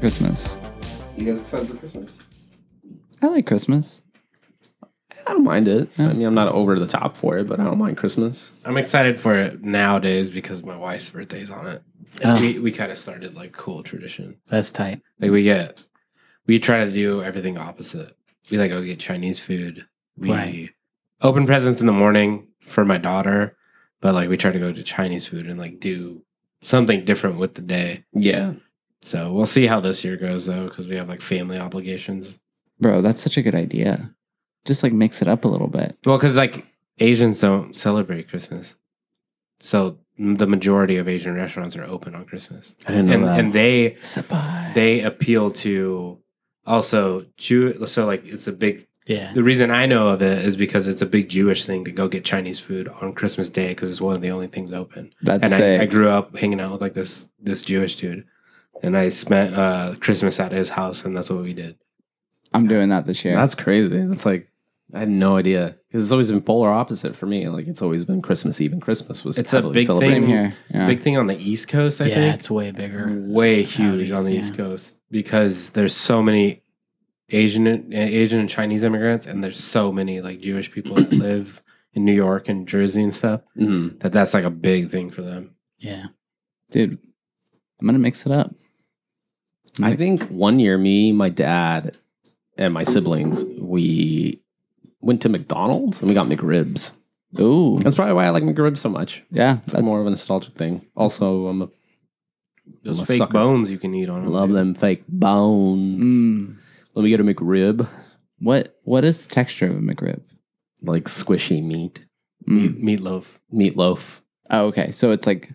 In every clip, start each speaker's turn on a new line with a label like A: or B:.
A: Christmas.
B: You guys excited for Christmas?
A: I like Christmas.
C: I don't mind it. I mean, I'm not over the top for it, but I don't mind Christmas.
D: I'm excited for it nowadays because my wife's birthday's on it. And We we kind of started like cool tradition.
E: That's tight.
D: Like we get, we try to do everything opposite. We like go get Chinese food. We
E: Right.
D: open presents in the morning for my daughter, but like we try to go to Chinese food and like do something different with the day.
C: Yeah.
D: So we'll see how this year goes though, because we have like family obligations.
A: Bro, that's such a good idea. Just like mix it up a little bit.
D: Well, because like Asians don't celebrate Christmas, so the majority of Asian restaurants are open on Christmas,
C: I didn't know
D: and
C: that.
D: and they
A: Sabai.
D: they appeal to also Jew. So like it's a big
E: Yeah.
D: The reason I know of it is because it's a big Jewish thing to go get Chinese food on Christmas Day because it's one of the only things open.
A: That's
D: and
A: sick.
D: I, I grew up hanging out with like this this Jewish dude, and I spent uh, Christmas at his house, and that's what we did.
A: I'm doing that this year.
C: That's crazy. That's like I had no idea because it's always been polar opposite for me. Like it's always been Christmas Eve and Christmas was
D: It's a
C: heavily
D: big
C: celebrated.
A: Same here. Yeah.
D: Big thing on the East Coast, I
E: yeah,
D: think,
E: it's way bigger.
D: way huge
E: East,
D: on the
E: yeah.
D: East Coast because there's so many Asian and, Asian and Chinese immigrants, and there's so many like Jewish people that live in New York and Jersey and stuff
C: Mhm.
D: that that's like a big thing for them.
E: Yeah.
A: Dude, I'm going to mix it up.
C: I think one year, me, my dad, and my siblings, we went to McDonald's and we got McRibs.
A: Ooh.
C: That's probably why I like McRibs so much.
A: Yeah.
C: It's
A: that-
C: more of a nostalgic thing. Also, I'm a
D: Those
C: I'm a
D: fake
C: sucker.
D: bones you can eat on them.
C: love
D: dude.
C: them fake bones.
A: Mm.
C: Let me get a McRib,
A: What What is the texture of a McRib?
C: like squishy meat,
A: Mm.
D: Meat, meatloaf.
C: meatloaf,
A: Oh, okay. So it's like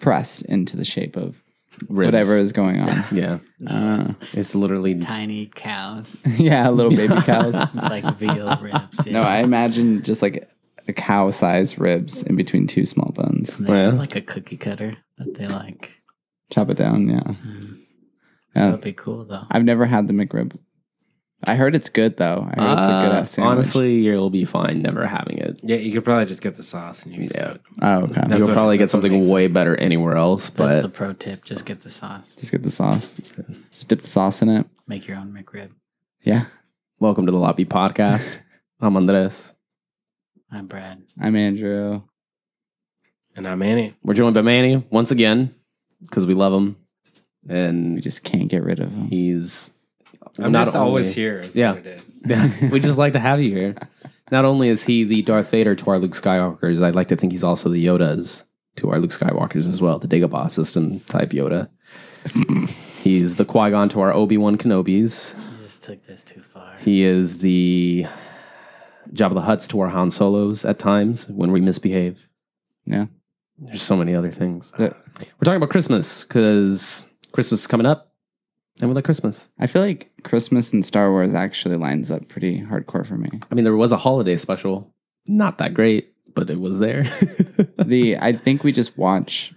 A: pressed into the shape of
C: ribs.
A: whatever is going on.
C: Yeah,
A: Uh,
C: it's literally
E: Tiny cows.
A: yeah, little baby cows.
E: It's like veal ribs. Yeah.
A: No, I imagine just like a cow sized ribs in between two small bones.
E: They have
C: Yeah.
E: like a cookie cutter that they like.
A: Chop it down, yeah.
E: Mm.
A: Yeah.
E: That'd be cool though.
A: I've never had the McRib. I heard it's good though. I heard it's a good
C: Uh,
A: ass sandwich.
C: Honestly, you'll be fine never having it.
D: Yeah, you could probably just get the sauce and you use
C: Yeah.
D: it.
A: Oh, okay.
D: That's
C: you'll
D: what-
C: probably get
D: that's what
C: something
D: makes it.
C: way better anywhere else,
E: That's
C: but
E: the pro tip. Just get the sauce.
A: Just get the sauce. Just dip the sauce in it.
E: Make your own McRib.
A: Yeah.
C: welcome to the Lobby Podcast. I'm Andres.
E: I'm Brad.
A: I'm Andrew.
D: And I'm Annie.
C: We're joined by Manny once again because we love him, and
A: We just can't get rid of him.
C: he's
D: I'm
C: not
D: just always
C: only-
D: here. is
C: Yeah.
D: what it is.
C: we just like to have you here. Not only is he the Darth Vader to our Luke Skywalkers, I'd like to think he's also the Yodas to our Luke Skywalkers as well, the Dagobah system type Yoda. he's the Qui Gon to our Obi Wan Kenobis.
E: You just took this too far.
C: He is the Jabba the Hutt's to our Han Solos at times when we misbehave.
A: Yeah.
C: There's so many other things.
A: The-
C: We're talking about Christmas because Christmas is coming up, and we like Christmas.
A: I feel like Christmas and Star Wars actually lines up pretty hardcore for me.
C: I mean, there was a holiday special, not that great, but it was there.
A: The I think we just watch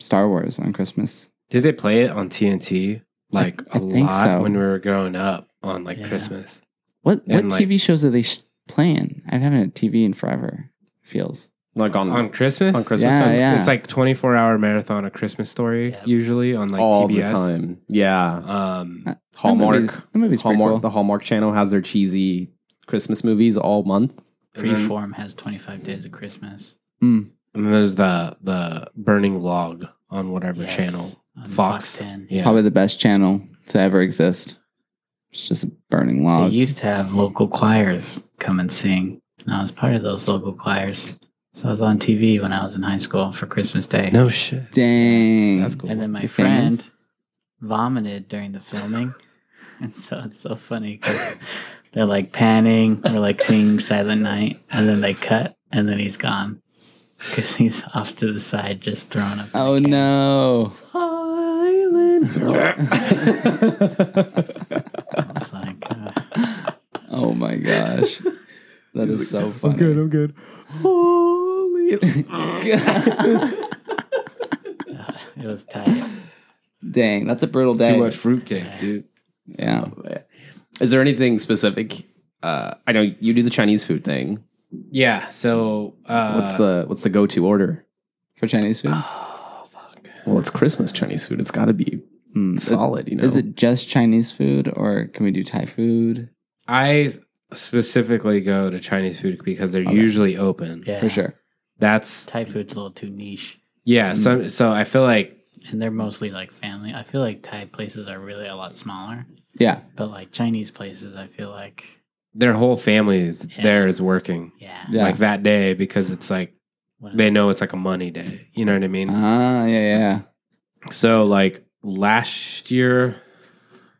A: Star Wars on Christmas.
D: Did they play it on TNT like
A: I
D: a
A: think
D: lot
A: so.
D: when we were growing up on like
E: Yeah.
D: Christmas?
A: What what
D: And, like-
A: TV shows are they sh- playing? I haven't had TV in forever. Feels
C: like on,
D: On Christmas?
C: on Christmas
A: Yeah,
C: time,
D: It's-
A: yeah.
D: It's like 24 hour marathon of Christmas story
E: Yeah.
D: usually on like
C: all
D: TBS.
C: the time. Uh, Yeah,
D: Um,
A: That
C: Hallmark,
A: movie's, that movie's pretty
C: Hallmark.
A: cool.
C: The Hallmark Channel has their cheesy Christmas movies all month.
D: and, then,
E: Freeform has 25 days of Christmas.
D: and then there's the the burning log on whatever
E: Yes,
D: channel.
E: on
D: Fox.
E: Fox 10.
D: Yeah.
A: Probably the best channel to ever exist. It's just a burning
E: They
A: log.
E: used to have local choirs come and sing. And I was part of those local choirs. So I was on TV when I was in high school for Christmas Day.
D: No shit.
A: Dang.
D: That's cool.
E: And then my
A: Your
E: friend
A: fans?
E: vomited during the filming. and so it's so funny because they're like panning or like singing Silent Night. And then they cut and then he's gone because he's off to the side just throwing up.
A: Oh no.
E: It's like, uh,
A: Oh my gosh. That is so funny.
C: I'm good. Holy,
E: uh, it was tight.
A: Dang, that's a brutal day.
D: Too much fruitcake, dude.
A: Yeah.
C: is there anything specific? Uh, I know you do the Chinese food thing.
D: Yeah. So, uh,
C: What's the what's the go to order?
A: For Chinese food.
C: Well, it's Christmas Chinese food. It's got to be
A: Mm.
C: solid. You know,
A: Is it just Chinese food or can we do Thai food?
D: I specifically go to Chinese food because they're usually open.
E: Yeah.
A: For sure.
D: That's
E: Thai food's a little too niche,
C: Mm.
D: yeah. So so I feel like
E: and they're mostly like family. I feel like Thai places are really a lot smaller,
A: Yeah.
E: but like Chinese places, I feel like
D: their whole family is
E: Yeah.
D: there is working
E: yeah,
A: Yeah.
D: like that day because it's like
E: What-
D: they know it's like a money day. You know what I mean?
A: Ah, yeah, yeah.
D: So like last year,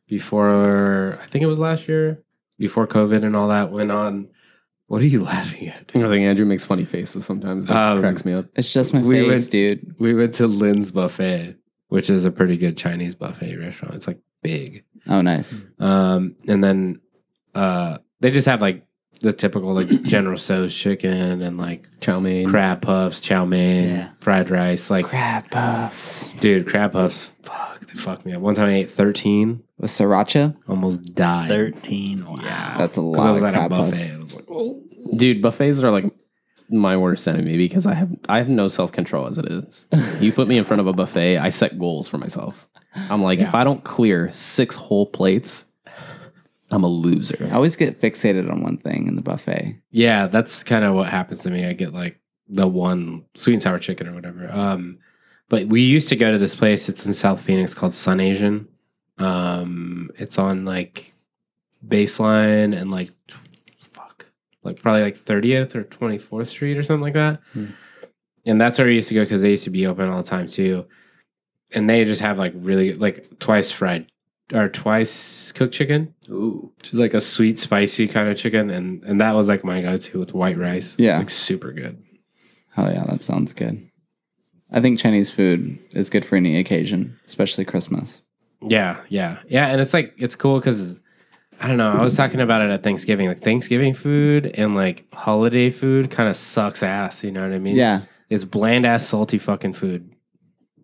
D: before I think it was last year, before COVID and all that went on. What are you laughing at?
C: I think Andrew makes funny faces sometimes. It
D: Um,
C: cracks me up.
A: It's just my
D: We
A: face,
D: went-
A: dude.
D: We went to Lynn's Buffet, which is a pretty good Chinese buffet restaurant. It's like big.
A: Oh, nice.
D: Um, and then uh, they just have like the typical like General So's chicken and like
C: Chow mein.
D: crab puffs, chow mein,
E: Yeah.
D: fried rice. Like,
A: Crab puffs
D: dude, crab puffs, fuck, they fucked me up. One time I ate 13,
A: with sriracha.
D: almost died.
E: thirteen. Wow,
D: Yeah.
A: That's a
D: Because
A: lot
D: Oh, I was
A: of
D: at a
A: crab puffs.
D: buffet. and I was like, oh.
C: Dude, buffets are like my worst enemy because I have I have no self control as it is. You put me in front of a buffet, I set goals for myself. I'm like, if I don't clear six whole plates, I'm a
A: I
C: loser.
A: always get fixated on one thing in the buffet.
D: Yeah, that's kind of what happens to me. I get like the one sweet and sour chicken or whatever. Um, but we used to go to this place. It's in South Phoenix called Sun Asian. Um, it's on like Baseline and like tw- fuck, like probably like 30th or 24th Street or something like that.
A: Hmm.
D: And that's where I used to go because they used to be open all the time too. And they just have like really like twice fried or twice cooked chicken.
C: Ooh.
D: She's like a sweet, spicy kind of chicken, and and that was like my go-to with white rice.
A: Yeah.
D: like super good.
A: Oh yeah, that sounds good. I think Chinese food is good for any occasion, especially Christmas.
D: Yeah, yeah, yeah, and it's like it's cool because I don't know. I was talking about it at Thanksgiving. Like Thanksgiving food and like holiday food kind of sucks ass. You know what I mean?
A: Yeah.
D: it's bland ass, salty fucking food.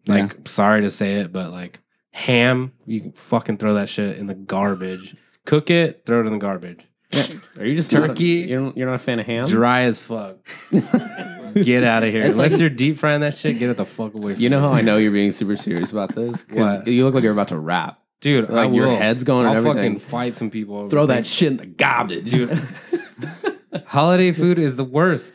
D: Like, sorry to say it, but like ham, you can fucking throw that shit in the garbage. Cook it, throw it in the garbage.
C: Are you just
D: Turkey.
C: Not a, you're, you're not a fan of ham?
D: Dry as fuck. get out of here.
A: It's like-
D: Unless you're deep frying that shit, get it the fuck away. From
C: You know
D: me.
C: how I know you're being super serious about this? 'Cause
D: What?
C: you look like you're about to rap.
D: Dude,
C: Like,
D: I
C: your
D: will.
C: head's going and
D: I'll
C: everything.
D: fucking fight some people. over
C: Throw that
D: food.
C: shit in the garbage.
D: dude. Holiday food is the worst.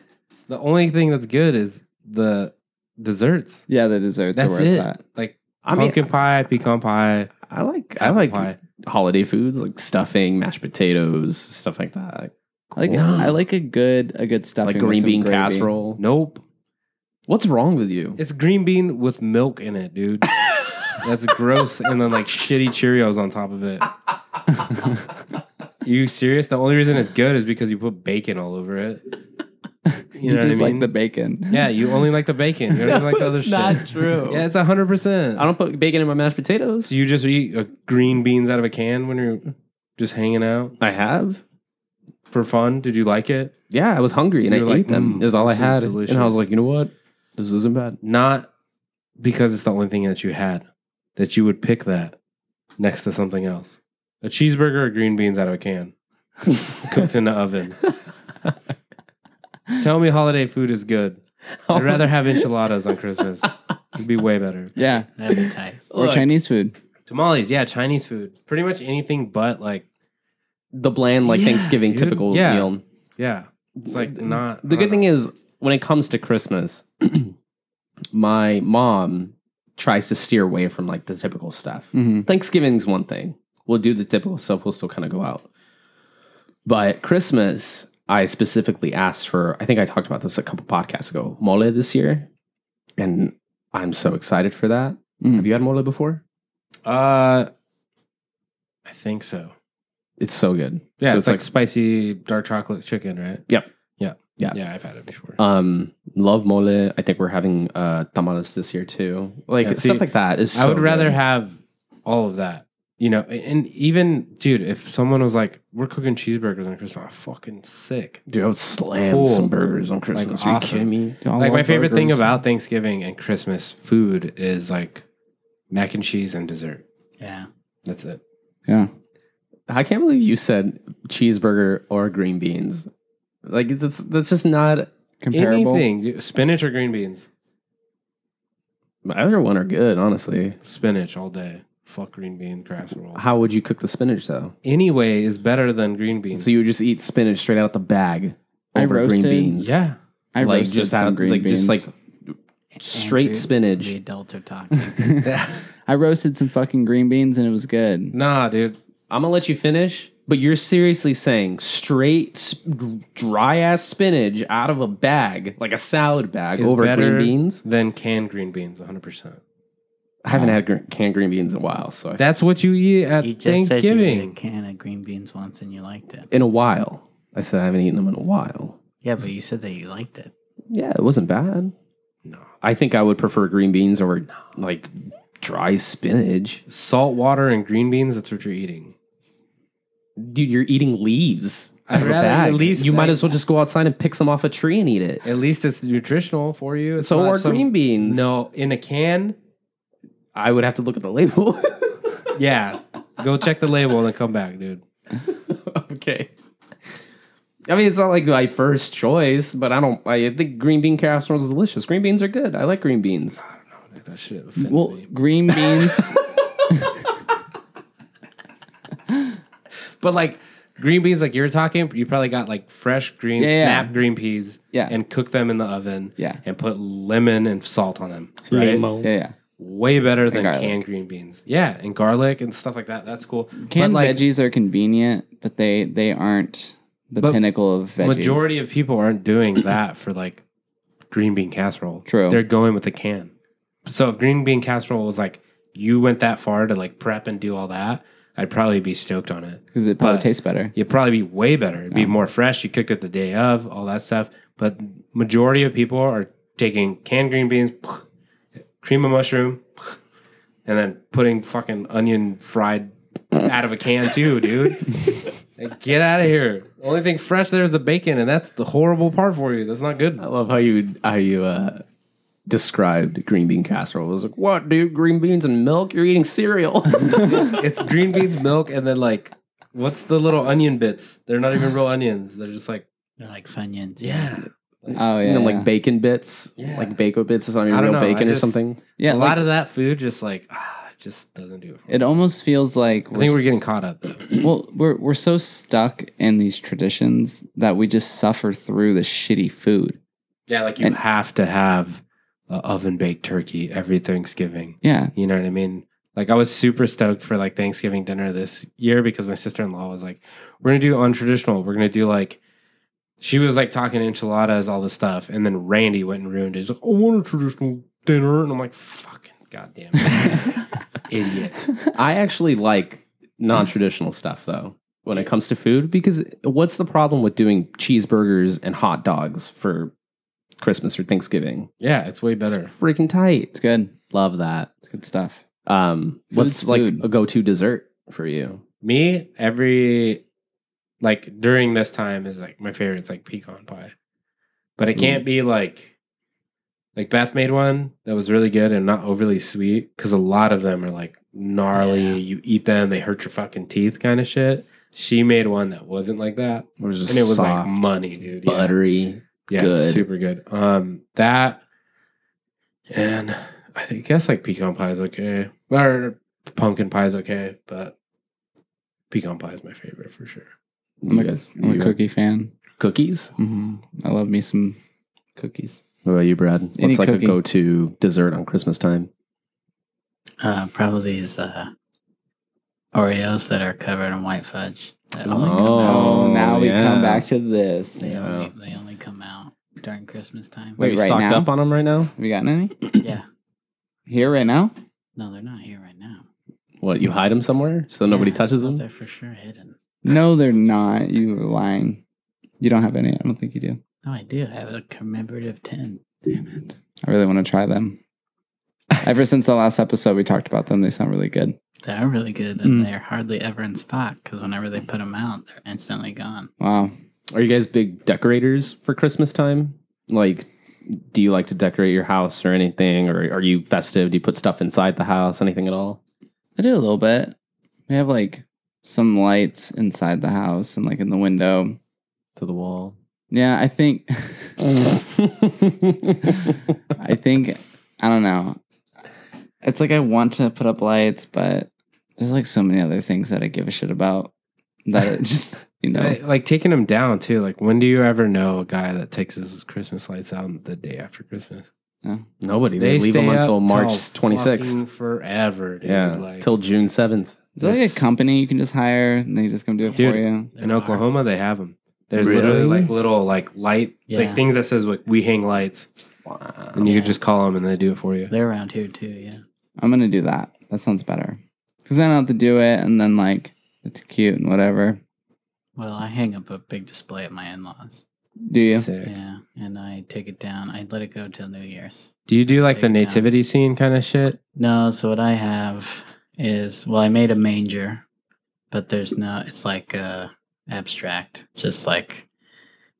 D: The only thing that's good is the desserts.
A: Yeah, the desserts are
D: That's
A: where it's
D: it.
A: at.
D: Like
C: I mean,
D: pumpkin pie, pecan pie,
C: I like I
D: apple
C: like
D: pie.
C: holiday foods like stuffing, mashed potatoes, stuff like that.
A: I like
C: Corn.
A: I like a good a good stuffing.
C: like
A: with
C: green
A: some
C: bean
A: gravy.
C: casserole.
D: Nope,
C: What's wrong with you?
D: it's green bean with milk in it, dude. that's gross. And then like shitty Cheerios on top of it. you serious? The only reason it's good is because you put bacon all over it. You
A: You
D: know
A: just
D: what I
A: like
D: mean?
A: the bacon.
D: yeah, you only like the bacon. You don't like the other
C: it's
D: shit.
C: not true.
D: Yeah, it's a hundred percent.
C: I don't put bacon in my mashed potatoes.
D: So you just eat uh, green beans out of a can when you're just hanging out
C: I have.
D: for fun? Did you like it?
C: Yeah, I was hungry and I
D: You were like,
C: ate them.
D: "Mm,
C: is all I
D: this is
C: had,
D: delicious."
C: and I was like, you know what? This isn't bad.
D: Not because it's the only thing that you had. That you would pick that next to something else. A cheeseburger or green beans out of a can, cooked in the oven. Tell me holiday food is good. I'd rather have enchiladas on Christmas. It'd be way better.
A: Yeah.
E: that'd be tight.
A: Or
D: Look.
A: Chinese food.
D: Tamales, yeah, Chinese food. Pretty much anything but like,
C: The bland, like
D: Yeah,
C: Thanksgiving
D: dude.
C: typical
D: Yeah.
C: meal.
D: yeah, it's like not.
C: The good thing is, when it comes to Christmas, my mom tries to steer away from like the typical stuff.
A: hmm
C: Thanksgiving's one thing. We'll do the typical stuff. We'll still kind of go out. But Christmas, I specifically asked for, I think I talked about this a couple podcasts ago, mole this year. And I'm so excited for that.
A: Mm.
C: Have you had mole before?
D: uh, I think so.
C: It's so good.
D: Yeah,
C: So
D: it's, like, spicy dark chocolate chicken, right?
C: Yep.
D: Yeah.
C: Yeah.
D: Yeah, I've had it before.
C: um, love mole. I think we're having uh, tamales this year too. Like
D: Yeah, see,
C: stuff like that is.
D: I would
C: so
D: rather
C: good.
D: have all of that. You know, and even dude, if someone was like, "We're cooking cheeseburgers on Christmas," I'm fucking sick.
C: Dude, I would slam
D: Cool.
C: some burgers on Christmas. Are you
D: awesome.
C: kidding me?
A: Do all
D: like
A: our
D: my favorite thing
A: burgers.
D: about Thanksgiving and Christmas food is like mac and cheese and dessert.
E: Yeah,
D: That's it.
A: Yeah.
C: I can't believe you said cheeseburger or green beans. Like that's that's just not
A: Comparable.
D: Anything, dude. spinach or green beans,
C: either one are good, honestly.
D: spinach all day. Fuck green bean grass roll.
C: How would you cook the spinach though?
D: Anyway, is better than green beans.
C: So you would just eat spinach straight out the bag
A: I
C: over green
A: roasted-
C: beans.
D: yeah.
A: I
C: like
A: roasted
C: just out
A: some
C: of
A: green
C: like
A: beans.
C: just like straight
E: Andrew, The
C: spinach.
E: adults are talking.
A: I roasted some fucking green beans and it was good.
D: Nah, dude.
C: I'm gonna let you finish, but you're seriously saying straight dry ass spinach out of a bag, like a salad bag,
D: Is
C: over
D: better
C: green beans.
D: than canned green beans, 100%.
C: I haven't had gr- canned green beans in a while, so I,
D: That's what you eat at
E: You just said you ate a
D: Thanksgiving.
E: can of green beans once and you liked it.
C: in a while. I said I haven't eaten them in a while.
E: Yeah, but you said that you liked it.
C: Yeah, it wasn't bad.
D: No.
C: I think I would prefer green beans over like dry spinach.
D: Salt water and green beans, that's what you're eating.
C: Dude, you're eating leaves. out of a
D: rather
C: bag.
D: eat leaves
C: You might
D: than-
C: as well just go outside and pick some off a tree and eat it.
D: At least it's nutritional for you. It's
C: So
D: not
C: are
D: some-
C: green beans.
D: No, in a can.
C: I would have to look at the label.
D: Yeah. Go check the label and then come back, dude.
C: okay. I mean, it's not like my first choice, but I don't. I think green bean casserole is delicious. Green beans are good. I like green beans.
D: That shit offends
A: Well,
D: me.
A: green beans.
D: But like green beans, like you were talking, you probably got like fresh green,
A: Yeah, yeah.
D: snap green peas,
A: Yeah.
D: and cook them in the oven,
A: Yeah.
D: and put lemon and salt on them, right?
A: yeah, yeah.
D: Way better than
A: garlic.
D: canned green beans. Yeah, and garlic and stuff like that. That's cool.
A: Canned
D: but like
A: veggies are convenient, but they they aren't the
D: But
A: pinnacle of veggies.
D: majority of people aren't doing that for like green bean casserole.
A: True.
D: they're going with the can. So if green bean casserole was like you went that far to like prep and do all that, I'd probably be stoked on it.
A: because it probably
D: but-
A: tastes better.
D: It'd probably be way better. It'd be more fresh. You cooked it the day of, all that stuff. But majority of people are taking canned green beans, cream of mushroom, and then putting fucking onion fried out of a can too, dude. Like, Get out of here. Only thing fresh there is the bacon, and that's the horrible part for you. That's not good.
C: I love how you how you uh, described green bean casserole. I was like, what, dude? Green beans and milk? You're eating cereal.
D: It's green beans, milk, and then like, what's the little onion bits? They're not even real onions. They're just like,
E: They're like Funyuns.
D: yeah.
A: Oh yeah,
C: and then
A: yeah.
C: like bacon bits,
D: Yeah.
C: like bacon bits is not even
D: I
C: real
D: don't know, I
C: bacon or
D: just-
C: something.
A: yeah.
D: a
A: like,
D: lot of that food just like, ah, just doesn't do it for me.
A: it almost feels like
D: I think we're
A: s-
D: getting caught up though.
A: well. We're we're so stuck in these traditions that we just suffer through the shitty food.
D: Yeah, like you
A: And-
D: have to have a oven baked turkey every Thanksgiving.
A: Yeah,
D: You know what I mean? Like I was super stoked for like Thanksgiving dinner this year because my sister in law was like, "We're gonna do untraditional. We're gonna do like." She was like talking enchiladas, all this stuff, and then Randy went and ruined it. He's like, "I want a traditional dinner," and I'm like, "Fucking goddamn it. idiot!"
C: I actually like non traditional stuff though when it comes to food because what's the problem with doing cheeseburgers and hot dogs for Christmas or Thanksgiving?
D: Yeah, it's way
C: It's
D: better.
C: freaking tight.
A: it's good.
C: Love that.
A: It's good stuff.
C: Um, what's
A: Food's
C: like
A: food.
C: a go to dessert for you?
D: Me every like during this time is like my favorite. It's like pecan pie, but it
C: Mm.
D: can't be like like Beth made one that was really good and not overly sweet because a lot of them are like gnarly.
E: Yeah.
D: You eat them, they hurt your fucking teeth, kind of shit. She made one that wasn't like that,
C: It was just
D: and it was
C: soft,
D: like money, dude. Yeah.
C: buttery.
D: yeah,
C: good.
D: super good. Um, that and I think guess like pecan pie is okay, or pumpkin pie is okay, but pecan pie is my favorite for sure.
A: I'm
C: You
A: a,
C: guys,
A: am a
C: you-
A: cookie fan.
C: cookies.
A: hmm I love me some cookies.
C: What about you, Brad? What's
A: Any
C: like
A: cookie.
C: a go to dessert on Christmas time?
E: Uh, probably these uh, Oreos that are covered in white fudge. That only come out.
A: Oh,
C: Oh,
A: now we
C: yeah.
A: come back to this.
E: They,
A: Have
C: Yeah.
E: only, they only come out during Christmas time.
A: Wait,
C: Maybe
A: right
C: stocked
A: now?
C: up on them right now?
A: you gotten any
E: Yeah.
A: here right now?
E: No, they're not here right now.
C: What you hide them somewhere so nobody
E: Yeah,
C: touches
E: but
C: them?
E: They're for sure hidden.
A: No, they're not. You were lying. You don't have any. I don't think you do.
E: No, I do have a commemorative tin.
A: Damn it. I really want to try them. Ever since the last episode, we talked about them. They sound really good.
E: They are really good, and
C: Hmm.
A: Mm.
E: they're hardly ever in stock because whenever they put them out, they're instantly gone.
A: Wow.
C: Are you guys big decorators for Christmas time? Like, do you like to decorate your house or anything? Or are you festive? Do you put stuff inside the house? Anything at all?
A: I do a little bit. We have like some lights inside the house and like in the window.
C: To the wall.
A: Yeah, I think,
C: I
A: I think, I don't know. It's like I want to put up lights, but There's like so many other things that I give a shit about that it just you know.
D: I- like taking him down too. Like, when do you ever know a guy that takes his Christmas lights out the day after Christmas?
C: Nobody. They, leave
D: stay
C: them
D: up
C: until March
D: till
C: twenty sixth.
D: fucking forever, dude.
C: Yeah,
D: Like,
C: till June seventh.
A: Is there like a company you can just hire and they just come do it
D: Dude.
A: for you?
D: in Oklahoma, they have them. There's literally
C: Really?
D: like little like light
E: Yeah.
D: like things that says like we hang lights, and you
E: Yeah.
D: could just call them and they do it for you.
E: They're around here too, yeah.
A: I'm gonna do that. That sounds better. Cause then I don't have to do it, and then like it's cute and whatever.
E: Well, I hang up a big display at my in laws.
A: Do you?
D: Sick.
E: Yeah. And I take it down. I let it go till New Year's.
D: Do you do like
E: Take
D: the
E: it down.
D: nativity scene kind of shit?
E: No, so what I have is well, I made a manger, but there's no it's like uh abstract. It's just like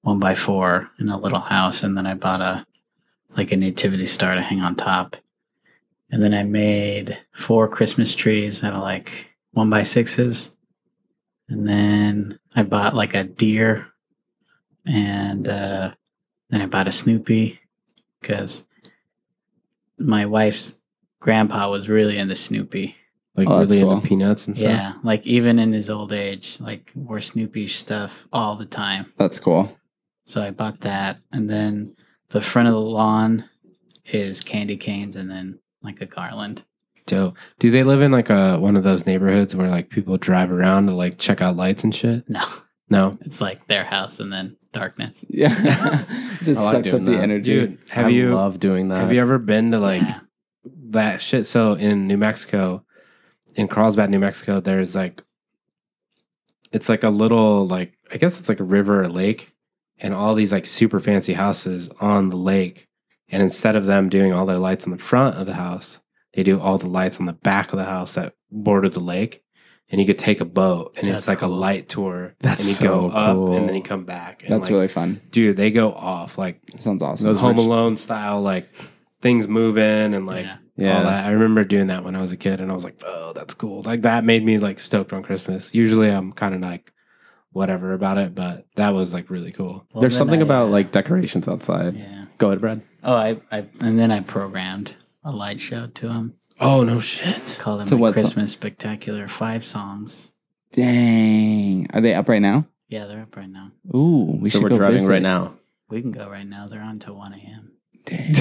E: one by four in a little house, and then I bought a like a nativity star to hang on top. And then I made four Christmas trees out of like one by sixes. And then I bought like a deer and uh then I bought a Snoopy because my wife's grandpa was really into Snoopy.
D: Like
A: Oh, that's
D: really
A: cool.
D: into peanuts and stuff.
E: yeah, like even in his old age, like wore Snoopy stuff all the time.
A: That's cool.
E: So I bought that, and then the front of the lawn is candy canes, and then like a garland.
D: Dope. Do they live in like a one of those neighborhoods where like people drive around to like check out lights and shit?
E: No,
D: No.
E: it's like their house, and then darkness.
A: Yeah, just
C: I like
A: sucks up
C: doing
A: the
C: that.
A: energy.
D: Dude, have
C: I
D: you
C: love doing that?
D: have you ever been to like
E: Yeah.
D: that shit. So in New Mexico, in Carlsbad, New Mexico, there's like, it's like a little like I guess it's like a river or lake, and all these like super fancy houses on the lake. And instead of them doing all their lights on the front of the house, they do all the lights on the back of the house that border the lake. And you could take a boat, and
E: That's
D: it's like
E: cool.
D: a light tour.
C: That's
D: and you
C: so
D: go up,
C: cool.
D: and then you come back. And
A: That's
D: like,
A: really fun.
D: dude, they go off like
A: Sounds awesome.
C: Those
D: Home
C: rich-
D: Alone style, like things moving and like
E: Yeah.
C: Yeah.
D: all that. I remember doing that when I was a kid, and I was like, "Oh, that's cool!" Like that made me like stoked on Christmas. Usually, I'm kind of like whatever about it, but that was like really cool.
E: Well,
C: There's
E: then
C: something
E: I,
C: about
E: uh,
C: like decorations outside.
E: yeah.
C: Go ahead, Brad.
E: Oh, I, I and then I programmed a light show to them.
D: Oh no, shit!
E: Called
A: To
E: them the
A: what song?
E: Christmas Spectacular. Five songs.
A: Dang, are they up right now?
E: Yeah, they're up right now.
A: Ooh, we
C: so
A: should
C: we're
A: go
C: driving
A: visit.
C: right now.
E: We can go right now. They're on till 1 a.m.
A: Dang.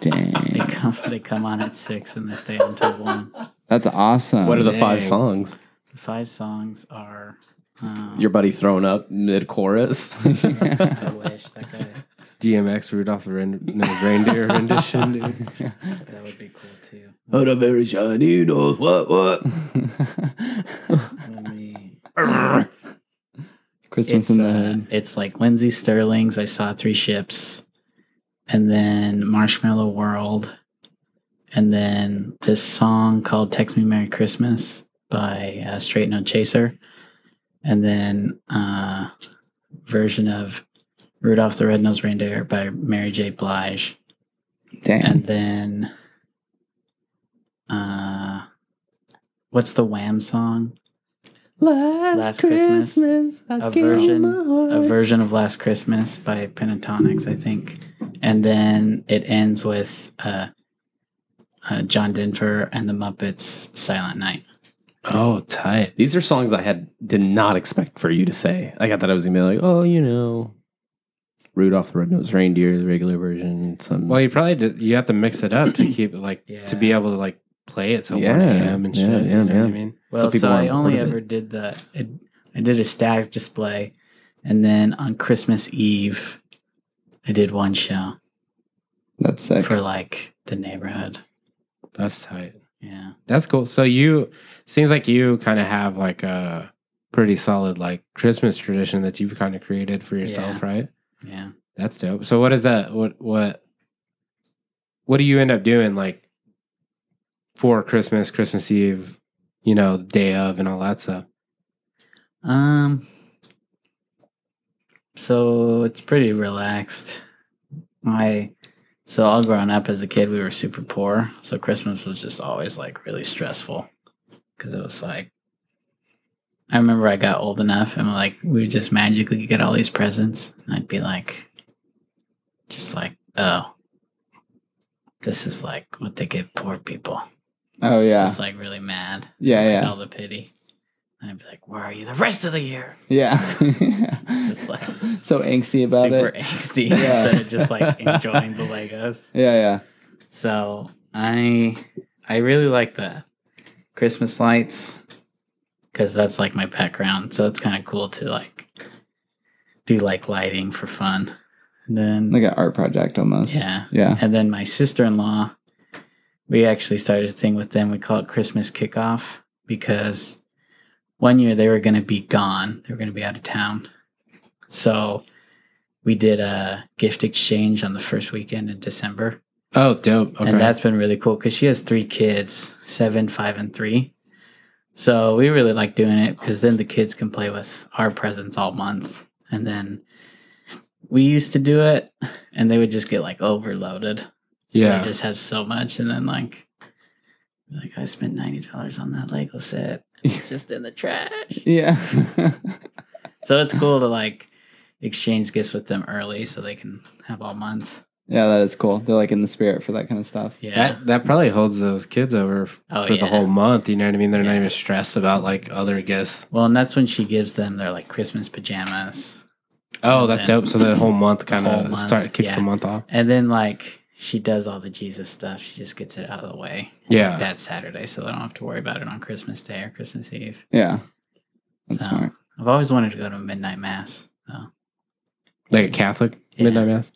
E: They
A: Dang,
E: come, they come on at 6 and they stay on till 1.
A: that's awesome.
C: What are the five
D: dang.
C: songs?
E: The five songs are. Um,
C: Your buddy thrown up mid chorus.
E: I wish that, guy,
D: It's DMX Rudolph the Ren- no, Reindeer rendition, dude.
E: that would be cool too.
C: Out of very shiny nose. What what?
E: Let me,
A: Christmas
E: it's,
A: in the
E: uh,
A: hood.
E: it's like Lindsay Sterling's I Saw Three Ships, and then Marshmallow World, and then this song called Text Me Merry Christmas by uh, Straight No Chaser, and then uh, version of Rudolph the Red-Nosed Reindeer by Mary J. Blige, and
A: Damn,
E: then uh, what's the Wham song?
C: Last,
E: Last Christmas,
C: I
E: a
C: gave
E: version-
C: my heart.
E: a version of Last Christmas by Pentatonics, I think. And then it ends with uh, uh, John Denver and the Muppets Silent Night.
D: Oh, tight.
C: These are songs I had did not expect for you to say. Like I thought I was gonna be like, oh, you know, Rudolph the Red-Nosed Reindeer, the regular version. Some
D: Well, you probably did, you have to mix it up to keep it like to be
E: Yeah.
D: able to like play it till
C: Yeah.
D: one a.m. and
C: Yeah,
D: shit.
C: yeah,
D: you know
C: yeah.
D: what I mean?
E: Well,
C: people
E: so I
C: aren't
E: only
C: aware of
E: ever did the it, I did a static display, and then on Christmas Eve, I did one show
A: that's sick.
E: for like the neighborhood.
D: That's tight.
E: Yeah,
D: That's cool. So you seems like you kind of have like a pretty solid like Christmas tradition that you've kind of created for yourself, right?
E: yeah.
D: That's dope. So what is that? What what what do you end up doing like for Christmas, Christmas Eve, you know, day of and all that stuff?
E: Um. So it's pretty relaxed. My so all growing up as a kid, we were super poor, so Christmas was just always like really stressful because it was like. I remember I got old enough and like we would just magically get all these presents. And I'd be like, just like, oh, this is like what they give poor people.
A: Oh yeah,
E: just like really mad.
A: yeah,
E: and
A: yeah,
E: all the pity. And I'd be like, where are you the rest of the year?
A: yeah.
E: Just like
A: so angsty about
E: super
A: it.
E: angsty
A: Yeah.
E: instead of just like enjoying the Legos.
A: Yeah, yeah.
E: So I I really like the Christmas lights because that's like my background. So it's kind of cool to like do like lighting for fun. And then
A: Like an art project almost.
E: yeah,
A: Yeah.
E: and then my sister in law, we actually started a thing with them. We call it Christmas Kickoff because one year they were going to be gone, they were going to be out of town. So we did a gift exchange on the first weekend in December.
D: Oh, dope. Okay.
E: And that's been really cool because she has three kids seven, five, and three. So we really like doing it because then the kids can play with our presents all month. And then we used to do it and they would just get like overloaded. I
D: yeah.
E: just have so much, and then like, like I spent ninety dollars on that Lego set. It's just in the trash.
A: Yeah.
E: So it's cool to like exchange gifts with them early, so they can have all month.
A: yeah, that is cool. They're like in the spirit for that kind of stuff.
E: Yeah,
D: That that probably holds those kids over f-
E: Oh,
D: for
E: yeah.
D: the whole month. You know what I mean? They're not
E: Yeah.
D: even stressed about like other gifts.
E: well, and that's when she gives them their like Christmas pajamas,
D: Oh, that's
E: then-
D: dope. So the whole month kind
E: whole
D: of
E: month,
D: start kicks
E: yeah.
D: the month off.
E: and then like she does all the Jesus stuff. She just gets it out of the way
D: Yeah.
E: that Saturday, so they don't have to worry about it on Christmas Day or Christmas Eve.
A: Yeah. That's
E: So-
A: smart.
E: I've always wanted to go to a midnight mass. So I
D: like a Catholic
E: Yeah.
D: midnight mass.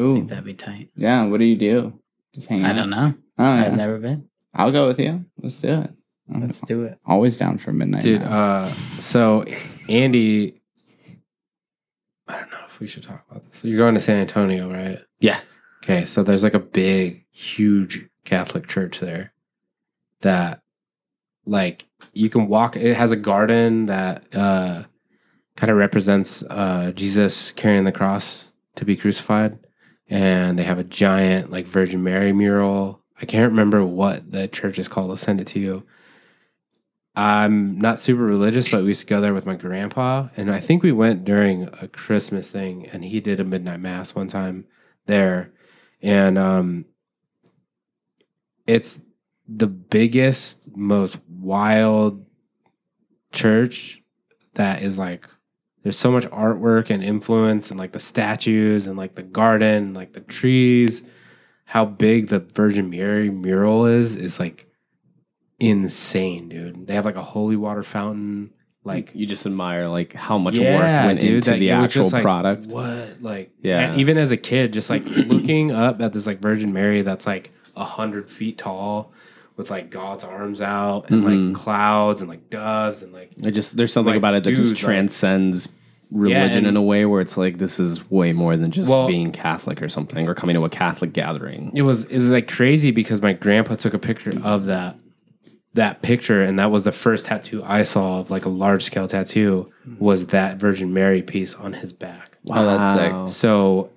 A: Ooh.
E: think that'd be tight.
A: Yeah. What do you do? Just hang out.
E: I don't know.
A: Oh, yeah. Mm-hmm.
E: I've never been.
A: I'll go with you. Let's do it. I'm
E: Let's do it.
A: always down for midnight.
D: Dude,
A: mass.
D: uh, so Andy, I don't know if we should talk about this. You're going to San Antonio, right?
C: Yeah.
D: Okay, so there's like a big, huge Catholic church there that, like, you can walk. It has a garden that uh, kind of represents uh, Jesus carrying the cross to be crucified, and they have a giant like Virgin Mary mural. I can't remember what the church is called. I'll send it to you. I'm not super religious, but we used to go there with my grandpa, and I think we went during a Christmas thing, and he did a midnight mass one time there, and um, it's the biggest, most wild church that is like. There's so much artwork and influence, and like the statues, and like the garden, like the trees. How big the Virgin Mary mural is is like insane, dude. They have like a holy water fountain, like
C: you just admire like how much
D: Yeah,
C: work went
D: dude,
C: into
D: that
C: the
D: it was
C: actual
D: just, like,
C: product.
D: What, like,
C: Yeah.
D: yeah. even as a kid, just like looking up at this like Virgin Mary that's like a hundred feet tall, with like God's arms out and
C: Mhm.
D: like clouds and like doves and like
C: I just there's something
D: Like,
C: about it that just
D: dude, like-
C: transcends religion
D: and-
C: in a way where it's like this is way more than just
D: Well-
C: being Catholic or something or coming to a Catholic gathering.
D: it was it was like crazy because my grandpa took a picture of that that picture and that was the first tattoo I saw of like a large scale tattoo
C: Mm.
D: was that Virgin Mary piece on his back.
A: Oh, that's sick.
D: So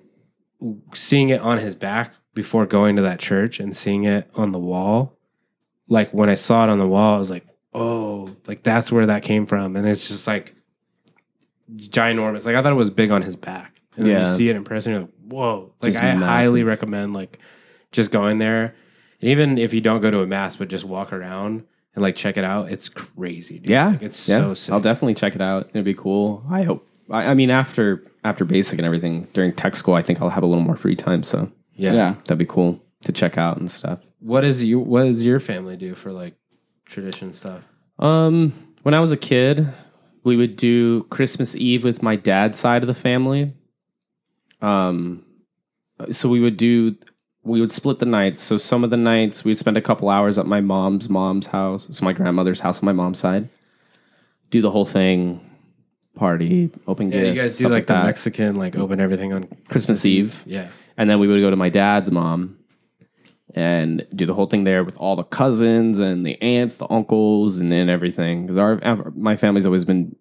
D: w- seeing it on his back before going to that church and seeing it on the wall, like when I saw it on the wall, I was like, oh, like that's where that came from. And it's just like ginormous. Like I thought it was big on his back. And then
C: Yeah.
D: you see it in person, you're like, whoa. Like
C: Just
D: I highly
C: massive.
D: recommend like just going there. And even if you don't go to a mass, but just walk around and like check it out, it's crazy. Dude.
C: Yeah,
D: Like, it's
C: yeah.
D: so sick.
C: I'll definitely check it out. It'd be cool. I hope. I, I mean, after after basic and everything during tech school, I think I'll have a little more free time, so
D: yeah.
A: yeah.
C: that'd be cool to check out and stuff.
D: What is you what does your family do for like tradition stuff?
C: Um, when I was a kid, we would do Christmas Eve with my dad's side of the family. Um, so we would do we would split the nights. So some of the nights we'd spend a couple hours at my mom's mom's house, so my grandmother's house on my mom's side. Do the whole thing, party, open
D: Yeah,
C: gifts,
D: you guys do
C: stuff
D: like, the
C: that.
D: Mexican, like open everything on.
C: Christmas Eve,
D: Yeah,
C: and then we would go to my dad's mom and do the whole thing there with all the cousins and the aunts, the uncles, and then everything. Because our, our my family's always been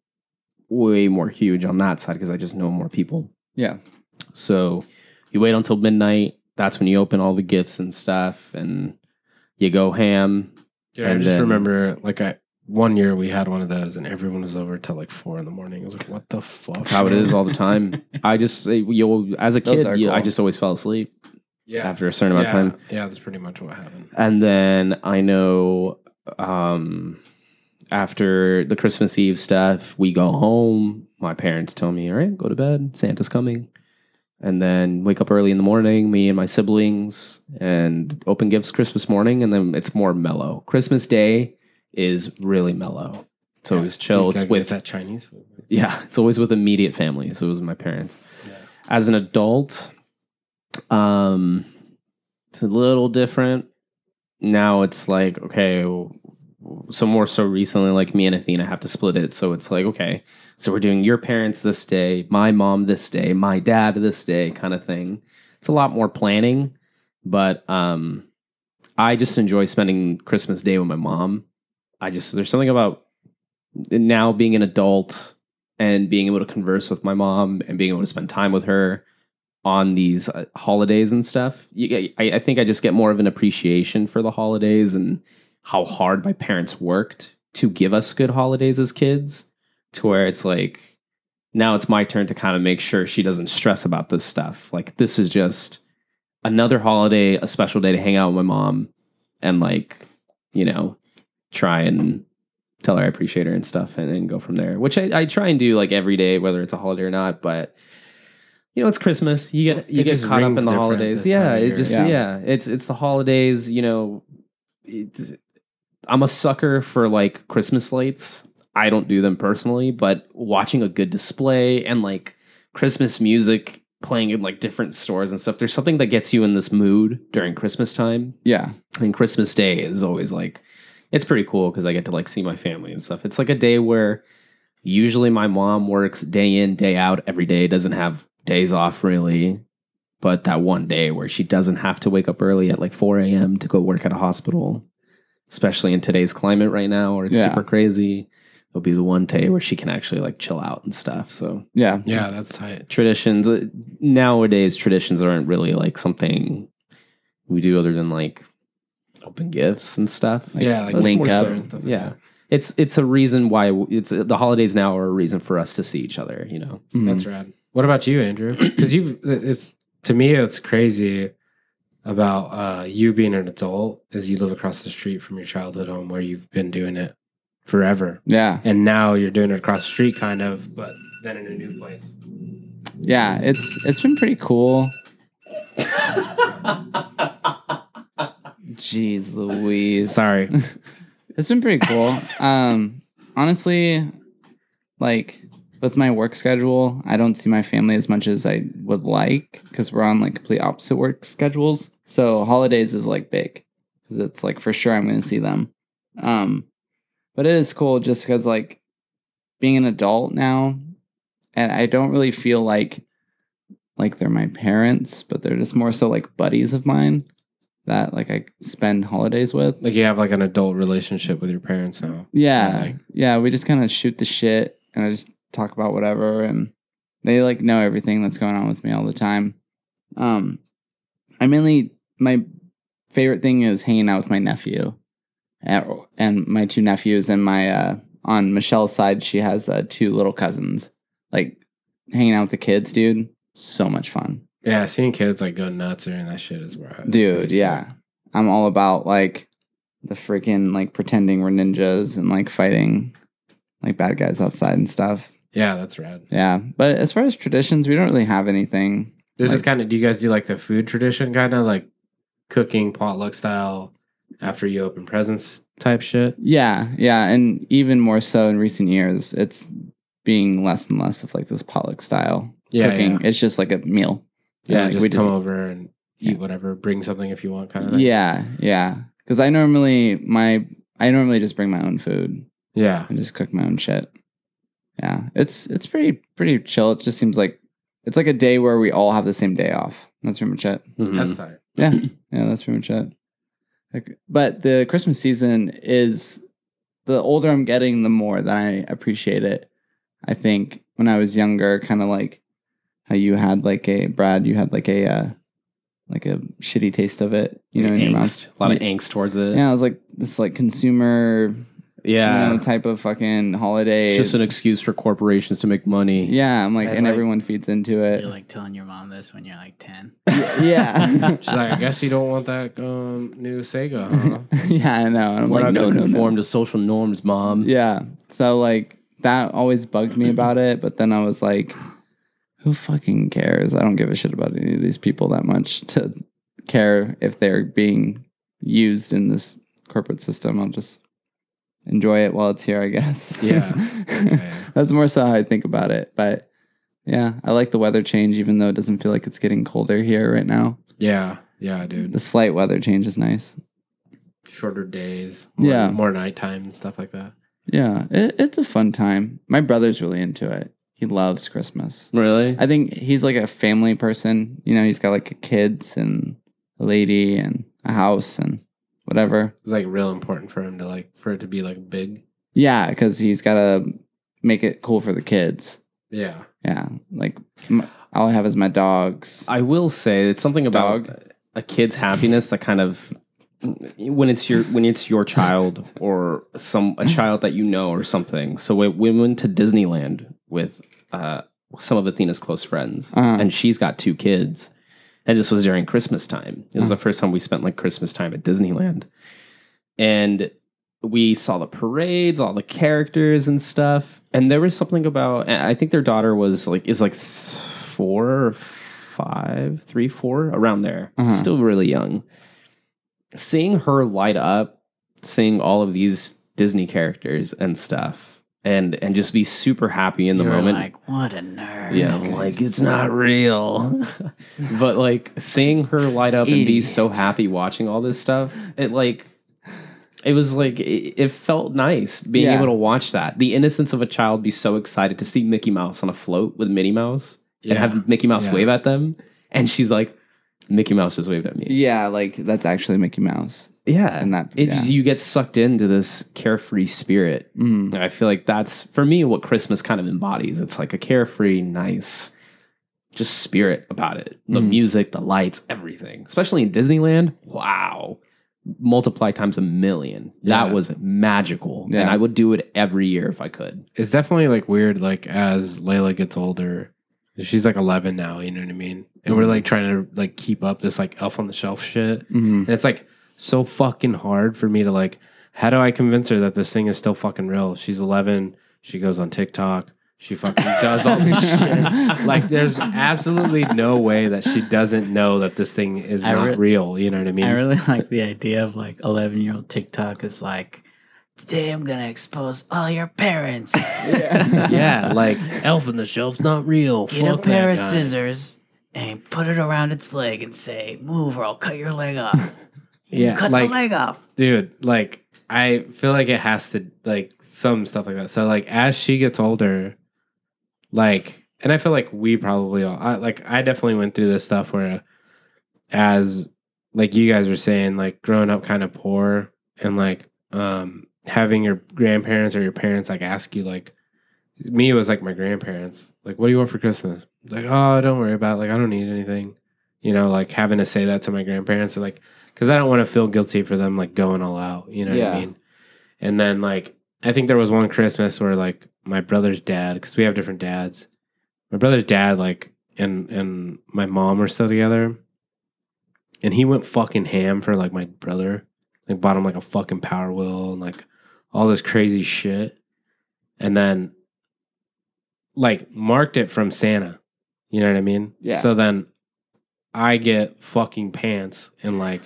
C: way more huge on that side because I just know more people.
A: Yeah.
C: So you wait until midnight. That's when you open all the gifts and stuff, and you go ham.
D: Dude, I
C: And
D: just
C: then-
D: remember like I one year we had one of those and everyone was over till like four in the morning. I was like, what the fuck?
C: That's how it is all the time. I just you as a
A: Those
C: kid,
A: are
C: you- I
A: cool.
C: just always fell asleep.
D: Yeah.
C: after a certain amount
D: yeah.
C: of time.
D: Yeah, that's pretty much what happened.
C: And then I know um, after the Christmas Eve stuff, we go home. My parents tell me, all right, go to bed. Santa's coming. And then wake up early in the morning, me and my siblings, and open gifts Christmas morning. And then it's more mellow. Christmas Day is really mellow. So it was chill.
D: Gotta
C: It's
D: get
C: with
D: that Chinese food.
C: yeah, it's always with immediate family. So it was my parents.
D: Yeah.
C: As an adult, um, it's a little different. Now it's like okay, w- w- so more so recently, like me and Athena have to split it. So it's like okay, so we're doing your parents this day, my mom this day, my dad this day, kind of thing. It's a lot more planning, but um, I just enjoy spending Christmas Day with my mom. I just there's something about now being an adult and being able to converse with my mom and being able to spend time with her on these uh, holidays and stuff. You, I, I think I just get more of an appreciation for the holidays and how hard my parents worked to give us good holidays as kids. To where it's like now it's my turn to kind of make sure she doesn't stress about this stuff. Like this is just another holiday, a special day to hang out with my mom and like you know try and tell her I appreciate her and stuff and, and go from there, which I, I try and do like every day, whether it's a holiday or not. But you know, it's Christmas. You get,
D: It
C: you get
D: just
C: caught up
D: rings
C: in the
D: different
C: holidays.
D: this time
C: Yeah.
D: of
C: It
D: year.
C: just, yeah.
A: Yeah.
C: it's, it's the holidays, you know, it's, I'm a sucker for like Christmas lights. I don't do them personally, but watching a good display and like Christmas music playing in like different stores and stuff, there's something that gets you in this mood during Christmas time
A: Yeah.
C: and Christmas Day is always like it's pretty cool because I get to like see my family and stuff. It's like a day where usually my mom works day in, day out, every day, doesn't have days off really. But that one day where she doesn't have to wake up early at like 4 a.m. to go work at a hospital, especially in today's climate right now, where it's
A: Yeah.
C: super crazy. It'll be the one day where she can actually like chill out and stuff. So
A: Yeah.
D: Yeah, that's tight.
C: traditions uh, nowadays traditions aren't really like something we do other than like open gifts and stuff
D: yeah, like
C: Let's
D: link
C: link
D: up.
C: up.
D: And stuff like
C: Yeah.
D: that.
C: it's it's a reason why it's the holidays now are a reason for us to see each other you know
A: Mhm.
D: That's rad. What about you, Andrew? Because you, it's to me, it's crazy about uh, you being an adult is you live across the street from your childhood home where you've been doing it forever,
A: Mm-hmm. yeah.
D: and now you're doing it across the street, kind of, but then in a new place.
A: Yeah. It's it's been pretty cool. Jeez Louise.
D: Sorry,
A: It's been pretty cool. um, honestly, like with my work schedule, I don't see my family as much as I would like because we're on like complete opposite work schedules. So holidays is like big because it's like for sure I'm going to see them. Um, but it is cool just because like being an adult now, and I don't really feel like like they're my parents, but they're just more so like buddies of mine that like I spend holidays with.
D: like you have like an adult relationship with your parents now.
A: Yeah.
D: Like-
A: yeah. We just kind of shoot the shit and I just talk about whatever. And they like know everything that's going on with me all the time. Um, I mainly, my favorite thing is hanging out with my nephew at, and my two nephews and my, uh, on Michelle's side, she has uh, two little cousins. Like hanging out with the kids, dude, so much fun
D: Yeah, seeing kids like go nuts during that shit is where.
A: dude yeah i'm all about like the freaking like pretending we're ninjas and like fighting like bad guys outside and stuff
D: yeah, that's rad.
A: yeah but as far as traditions we don't really have anything
D: There's
A: Like-
D: just kind of. Do you guys do like the food tradition kind of like cooking potluck style after you open presents type shit?
A: yeah yeah and even more so in recent years it's being less and less of like this pollock style
D: Yeah,
A: cooking
D: yeah.
A: it's just like a meal
D: Yeah,
A: like,
D: just
A: we
D: come over and eat
A: Yeah.
D: whatever, bring something if you want, kind of. Thing.
A: yeah yeah because i normally my i normally just bring my own food
D: yeah,
A: and just cook my own shit. Yeah, it's it's pretty pretty chill. It just seems like it's like a day where we all have the same day off. That's pretty much it.
C: Mm-hmm.
D: that's tight.
A: Yeah, that's pretty much it. Like, but the Christmas season is the older I'm getting, the more that I appreciate it. I think when I was younger, kind of like how you had like a Brad, you had like a uh, like a shitty taste of it, you know, in your mouth.
C: angst, a lot of angst towards it
A: Yeah, I was like this like consumer
C: Yeah.
A: you know, type of fucking holiday.
C: It's just an excuse for corporations to make money.
A: yeah, I'm like,
E: Right,
A: and
E: like-
A: everyone feeds into
E: You're
A: it.
E: like telling your mom this when you're like 10.
A: yeah,
D: She's like, I guess you don't want that um, new Sega, huh?
A: yeah, I know. And I'm
C: We're
A: like,
C: not
A: no,
C: going to
A: no, no.
C: conform to social norms, mom.
A: Yeah. So like that always bugged me about it, but then I was like, who fucking cares? I don't give a shit about any of these people that much to care if they're being used in this corporate system. I'll just enjoy it while it's here, I guess.
D: Yeah. Okay.
A: That's more so how I think about it. But yeah, I like the weather change even though it doesn't feel like it's getting colder here right now.
D: Yeah, yeah, dude.
A: The slight weather change is nice.
D: Shorter days, more,
A: Yeah.
D: more nighttime and stuff like that.
A: Yeah, it, it's a fun time. My brother's really into it. He loves Christmas.
C: Really?
A: I think he's like a family person. You know, he's got like kids and a lady and a house and whatever.
D: It's like real important for him to like for it to be like big.
A: Yeah, because he's got to make it cool for the kids.
D: Yeah,
A: Yeah, like m all I have is my dogs.
C: I will say it's something about
A: Dog.
C: a kid's happiness that kind of when it's your when it's your child or some a child that you know or something. So we, we went to Disneyland with uh, some of Athena's close friends,
A: Uh-huh.
C: and she's got two kids. And this was during Christmas time. It was
A: Uh-huh.
C: the first time we spent like Christmas time at Disneyland, and we saw the parades, all the characters and stuff. And there was something about and I think their daughter was like is like s- four or five, three, four, around there.
E: Mm-hmm.
A: Uh-huh.
C: Still really young. Seeing her light up, seeing all of these Disney characters and stuff, and and just be super happy in the
E: You're
C: moment.
E: like, what a nerd.
C: yeah, I'm like it's not real. but like seeing her light up and be so happy watching all this stuff, it like it was like it, it felt nice being
A: Yeah.
C: able to watch that. The innocence of a child be so excited to see Mickey Mouse on a float with Minnie Mouse
D: Yeah.
C: and have Mickey Mouse
D: Yeah.
C: wave at them, and she's like, "Mickey Mouse just waved at me."
A: yeah, like that's actually Mickey Mouse.
C: Yeah,
A: And that-
C: it,
A: yeah.
C: you get sucked into this carefree spirit.
A: Mm.
C: And I feel like that's for me what Christmas kind of embodies. It's like a carefree, nice, just spirit about it. The
A: Mhm.
C: music, the lights, everything. Especially in Disneyland. Wow. Multiply times a million.
D: Yeah.
C: That was magical. And
A: Yeah.
C: I would do it every year if I could.
D: it's definitely like weird. Like as Layla gets older, she's like 11 now. You know what I mean? And we're like trying to like keep up this like Elf on the Shelf shit.
A: hmm
D: And it's like so fucking hard for me to like, how do I convince her that this thing is still fucking real? She's 11. She goes on TikTok. She fucking does all this shit. Like, there's absolutely no way that she doesn't know that this thing is
E: I
D: not
E: re-
D: real. You know what I mean?
E: I really like the idea of like 11 year old TikTok is like, today I'm going to expose all your parents.
D: yeah, like, Elf on the Shelf's not real.
E: Get a
D: Fuck
E: pair
D: that
E: of
D: guy.
E: scissors and put it around its leg and say, move or I'll cut your leg off.
D: Yeah,
E: cut
D: like,
E: the leg off.
D: dude like i feel like it has to like some stuff like that so like as she gets older like and i feel like we probably all I, like i definitely went through this stuff where as like you guys were saying like growing up kind of poor and like um having your grandparents or your parents like ask you like me it was like my grandparents like what do you want for christmas like oh don't worry about it. like i don't need anything you know like having to say that to my grandparents or like because I don't want to feel guilty for them like going all out. You know what
A: Yeah.
D: I mean? And then like I think there was one Christmas where like my brother's dad, because we have different dads. My brother's dad, like, and and my mom were still together, and he went fucking ham for like my brother. Like bought him like a fucking power wheel and like all this crazy shit, and then like marked it from Santa. You know what I mean?
A: Yeah.
D: So then I get fucking pants and like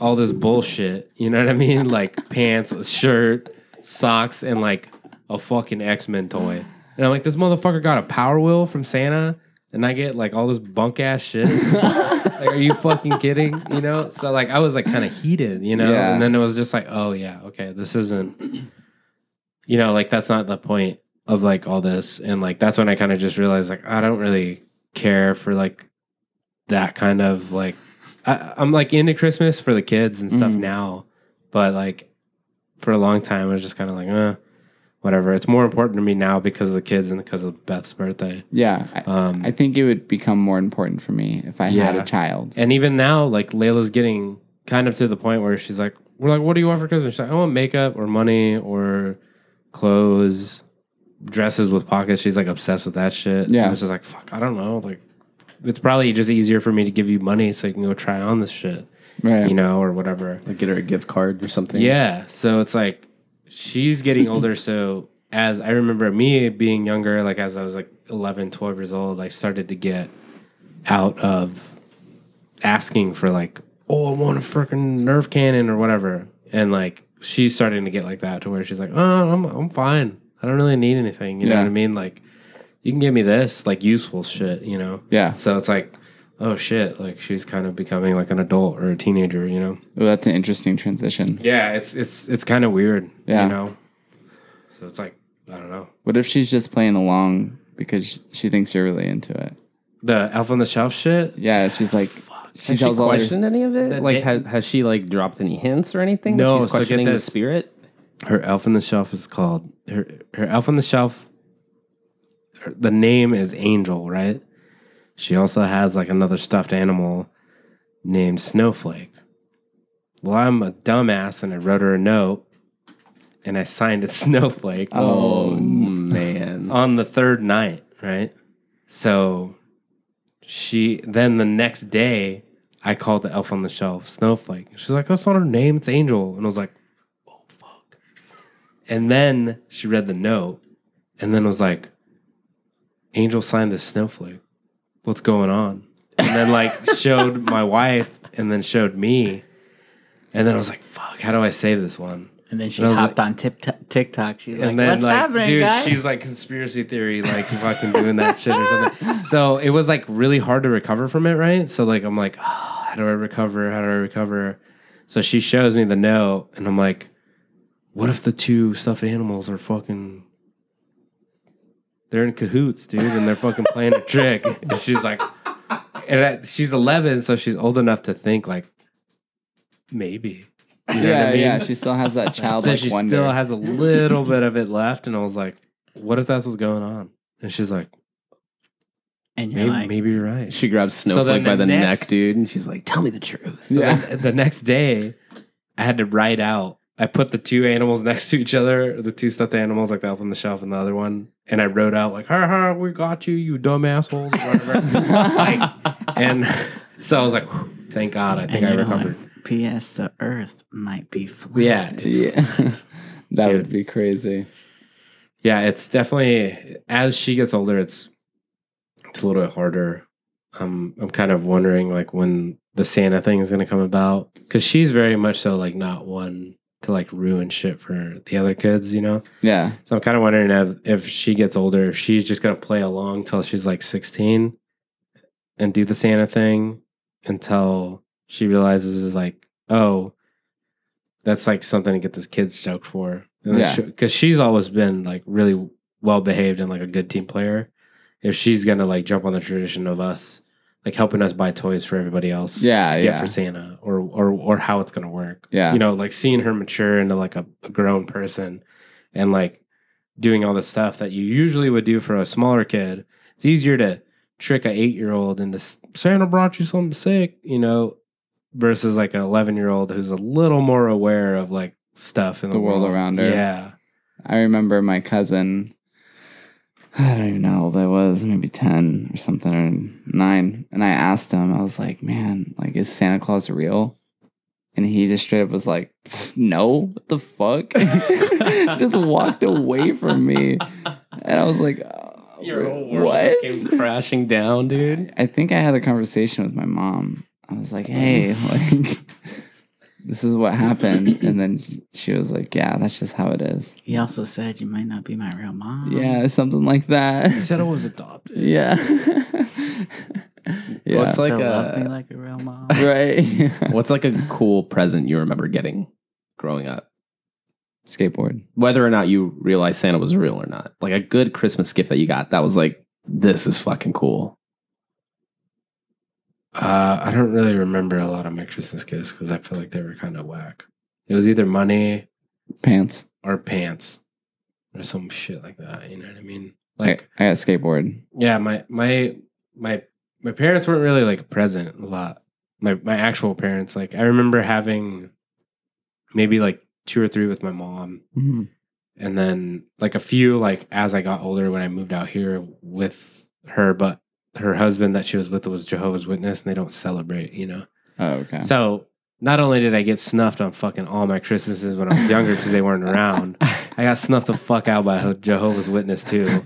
D: all this bullshit. You know what I mean? Like pants, a shirt, socks, and like a fucking X Men toy. And I'm like, this motherfucker got a power wheel from Santa, and I get like all this bunk ass shit. like, are you fucking kidding? You know? So like, I was like kind of heated, you know?
A: Yeah.
D: And then it was just like, oh yeah, okay, this isn't, you know, like that's not the point of like all this. And like that's when I kind of just realized like I don't really care for like that kind of like I, I'm like into Christmas for the kids and stuff
A: Mhm.
D: now, but like for a long time I was just kind of like, uh, whatever. It's more important to me now because of the kids and because of Beth's birthday.
A: Yeah, I,
D: Um,
A: I think it would become more important for me if I had
D: Yeah.
A: a child.
D: and even now, like Layla's getting kind of to the point where she's like, we're like, what do you want for Christmas? She's like, I want makeup or money or clothes, dresses with pockets. She's like obsessed with that shit.
A: Yeah.
D: And it's just like, fuck, I don't know. Like, it's probably just easier for me to give you money so you can go try on this shit,
A: Right.
D: you know, or whatever.
C: Like get her a gift card or something.
D: Yeah. So it's like she's getting older. So as I remember me being younger, like as I was like 11, 12 years old, I started to get out of asking for like, oh, I want a freaking nerve cannon or whatever. And like she's starting to get like that to where she's like, oh, I'm, I'm fine. I don't really need anything. You know
A: Yeah.
D: what I mean? Like you can give me this, like useful shit, you know?
A: Yeah.
D: So it's like, oh shit, like she's kind of becoming like an adult or a teenager, you know?
A: Ooh, that's an interesting transition.
D: Yeah, it's it's it's kind of weird.
A: Yeah.
D: You know. So it's like I don't know.
A: What if she's just playing along because she thinks you're really into it?
D: The Elf on the Shelf shit.
A: Yeah, she's like, she
C: Has she
A: tells all her
C: questioned any of it?
D: That
C: Like,
D: they-
C: has, has she like dropped any hints or anything? that
D: No,
C: she's
D: so get
C: questioning the
D: this.
C: spirit.
D: Her Elf on the Shelf is called her her Elf on the Shelf. her- the name is Angel, right? She also has like another stuffed animal named Snowflake. Well, I'm a dumbass and I wrote her a note and I signed it Snowflake.
C: Oh man,
D: on the third night, right? So she then the next day I called the elf on the shelf Snowflake. She's like, That's not her name, it's Angel. And I was like, Oh fuck. And then she read the note and then was like, Angel signed the snowflake. What's going on? And then like showed my wife and then showed me. And then I was like, fuck, how do I save this one?
E: And then she
D: And I was
E: hopped on tip TikTok. She's like,
D: and then
E: "What's
D: like
E: happening,
D: dude
E: guys?"
D: she's like conspiracy theory like fucking doing that shit or something so it was like really hard to recover from it right so like i'm like oh, how do i recover how do i recover so she shows me the note and i'm like what if the two stuffed animals are fucking they're in cahoots dude and they're fucking playing a trick and she's like and I, she's 11 so she's old enough to think like maybe you know what I
A: yeah,
D: mean?
A: yeah. She still has that
D: so
A: childlike
D: she
A: wonder.
D: still has a little bit of it left, and I was like, "What if that's what's going on?" And she's like,
E: and you're
D: "Maybe,
E: like,
D: maybe you're right."
C: she grabs Snowflake
D: then
C: by the
D: the next-
C: neck, dude, and she's like, "Tell me the truth."
D: So
A: yeah.
D: then the next day, I had to write out. I put the two animals next to each other, the two stuffed animals, like the elf on the shelf and the other one, and I wrote out like, "Ha ha, we got you, you dumb assholes," or whatever. Like, and so I was like, "Whew, "Thank God, I think
E: and
D: I
E: you're
D: recovered."
E: like, P.S. The Earth might be flat.
D: Yeah, it's
A: yeah. that
D: Dude.
A: would be crazy.
D: yeah, it's definitely as she gets older, it's it's a little bit harder. Um, I'm kind of wondering like when the Santa thing is going to come about because she's very much so like not one to like ruin shit for the other kids, you know.
A: Yeah.
D: So I'm kind of wondering if, if she gets older, if she's just going to play along till she's like 16 and do the Santa thing until she realizes like, oh, that's like something to get this kid stoked for.
A: Yeah.
D: Because she's always been like really well behaved and like a good team player. If she's going to like jump on the tradition of us like helping us buy toys for everybody else
A: Yeah.
D: to get
A: Yeah.
D: for Santa or or or how it's gonna work.
A: Yeah.
D: You know, like seeing her mature into like a, a grown person and like doing all the stuff that you usually would do for a smaller kid. It's easier to trick a eight year old into "S- Santa brought you something sick, you know, versus like an eleven year old who's a little more aware of like stuff in the,
A: The world around her.
D: Yeah.
A: I remember my cousin. I don't even know how old I was, maybe 10 or something, or nine. And I asked him, I was like, man, like, is Santa Claus real? And he just straight up was like, "Pff, no, what the fuck? just walked away from me. And I was like, uh, what?
C: crashing down, dude.
A: I think I had a conversation with my mom. I was like, hey, like, this is what happened. And then she was like, yeah, that's just how it is.
E: He also said you might not be my real mom.
A: Yeah, something like that.
D: He said I was adopted.
A: Yeah. yeah.
C: Well, it's
E: Like
C: like
E: to love me
C: a,
E: like a real mom.
A: right.
C: what's like a cool present you remember getting growing up,
A: Skateboard.
C: whether or not you realized Santa was real or not. Like a good Christmas gift that you got that was like, "This is fucking cool."
D: Uh, I don't really remember a lot of my Christmas gifts because I feel like they were kind of whack. It was either money
A: Pants.
D: or pants or some shit like that. You know what I mean?
A: Like
D: Like,
A: I, got skateboard.
D: yeah, my my my my parents weren't really like present a lot. My my actual parents, like I remember having maybe like two or three with my mom,
A: Mhm.
D: and then like a few like as I got older when I moved out here with her, but her husband that she was with was Jehovah's Witness, and they don't celebrate, you know.
A: Oh, okay.
D: So not only did I get snuffed on fucking all my Christmases when I was younger because they weren't around, I got snuffed the fuck out by a Jehovah's Witness too.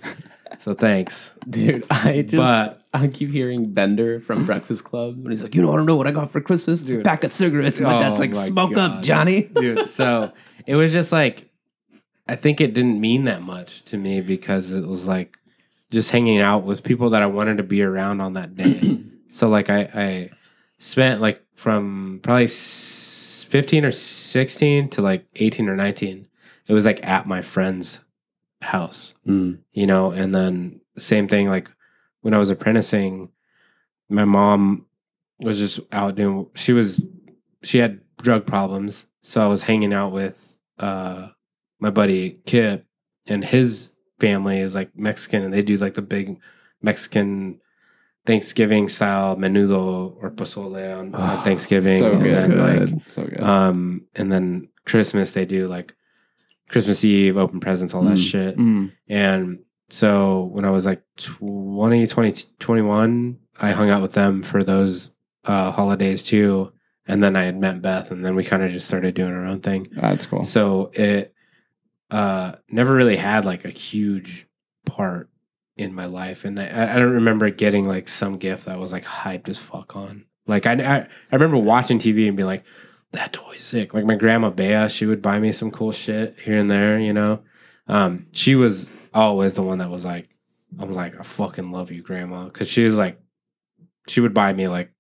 D: So thanks.
C: Dude, I just
D: But-
C: I keep hearing Bender from Breakfast Club, and he's like, "You know, I don't know what I got for Christmas, dude. Pack of cigarettes." And my
D: Oh
C: dad's like,
D: my
C: "Smoke up,
D: God.
C: Johnny."
D: Dude, so it was just like I think it didn't mean that much to me because it was like just hanging out with people that I wanted to be around on that day. so like I, I spent like from probably s- 15 or 16 to like 18 or 19. It was like at my friend's house.
C: Mm.
D: you know and then same thing like when i was apprenticing my mom was just out doing she was she had drug problems so i was hanging out with uh my buddy kip and his family is like mexican and they do like the big mexican thanksgiving style menudo or pozole on, on
C: Oh,
D: thanksgiving
A: so
D: and then
C: good.
D: like
A: so good.
D: um and then christmas they do like christmas eve open presents all that
C: Mm.
D: shit
A: Mm.
D: and so when I was like 20, 20, 21, I hung out with them for those uh, holidays too. And then I had met Beth, and then we kind of just started doing our own thing.
A: That's cool.
D: So it uh, never really had like a huge part in my life. And I, I don't remember getting like some gift that was like hyped as fuck on. Like I, I, I remember watching TV and being like, that toy's sick. Like my grandma Bea, she would buy me some cool shit here and there, you know. Um, she was always the one that was like, I'm like, I fucking love you, grandma. Cause she was like, she would buy me like,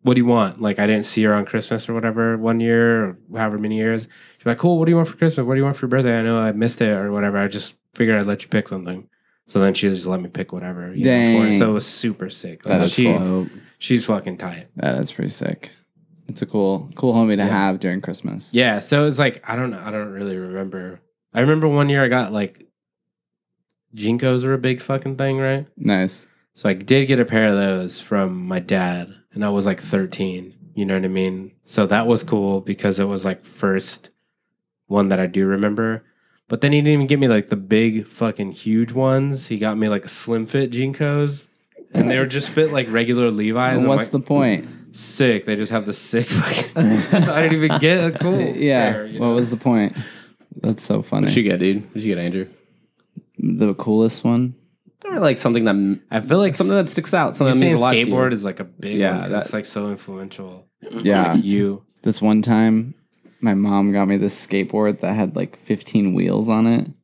D: what do you want? Like I didn't see her on Christmas or whatever one year or however many years. She's like, cool, what do you want for Christmas? What do you want for your birthday? I know I missed it or whatever. I just figured I'd let you pick something. So then she just let me pick whatever. You know, for it.
A: Dang.
D: so it was super sick.
A: That
D: Like,
A: is
D: she,
A: cool.
D: She's fucking tight.
A: Yeah, that's pretty sick. It's a cool, cool homie to
D: Yeah.
A: have during Christmas.
D: Yeah, so it's like I don't know. I don't really remember. I remember one year I got like Jinkos were a big fucking thing, right?
A: Nice.
D: So I did get a pair of those from my dad, and I was like 13. You know what I mean? So that was cool because it was like first one that I do remember. But then he didn't even get me like the big fucking huge ones. He got me like slim fit Jinkos, and they were just fit like regular Levi's. I'm
A: What's
D: like,
A: the point?
D: sick. They just have the sick fucking. so I didn't even get a cool.
A: yeah.
D: pair, you
A: what
D: know?
A: was the point? That's so funny.
C: What'd you get, dude? What'd you get, Andrew?
A: the coolest one.
C: Or like something that
D: I feel
C: something
D: like something
C: that sticks out.
D: that
C: Something that
D: saying
C: means a lot
D: skateboard
C: to
D: is like a big
C: Yeah,
D: yeah, one. 'cause
C: that-
D: it's like so influential.
A: Yeah.
D: You
A: This one time, my mom got me this skateboard that had like 15 wheels on it,
C: you.